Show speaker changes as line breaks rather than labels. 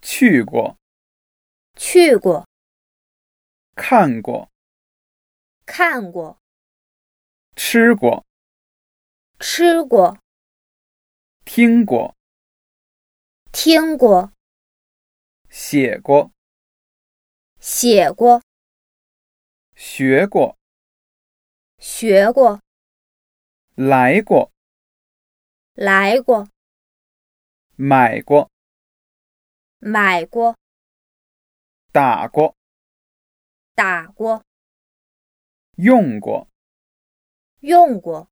去过、
去过、
看过、
看过、
吃过、
吃过、
听过、
听过、
写过、
写过、
学过、
学过、
来过、
来过、
买过、
买过、
打过、
打过、
用过。
用过。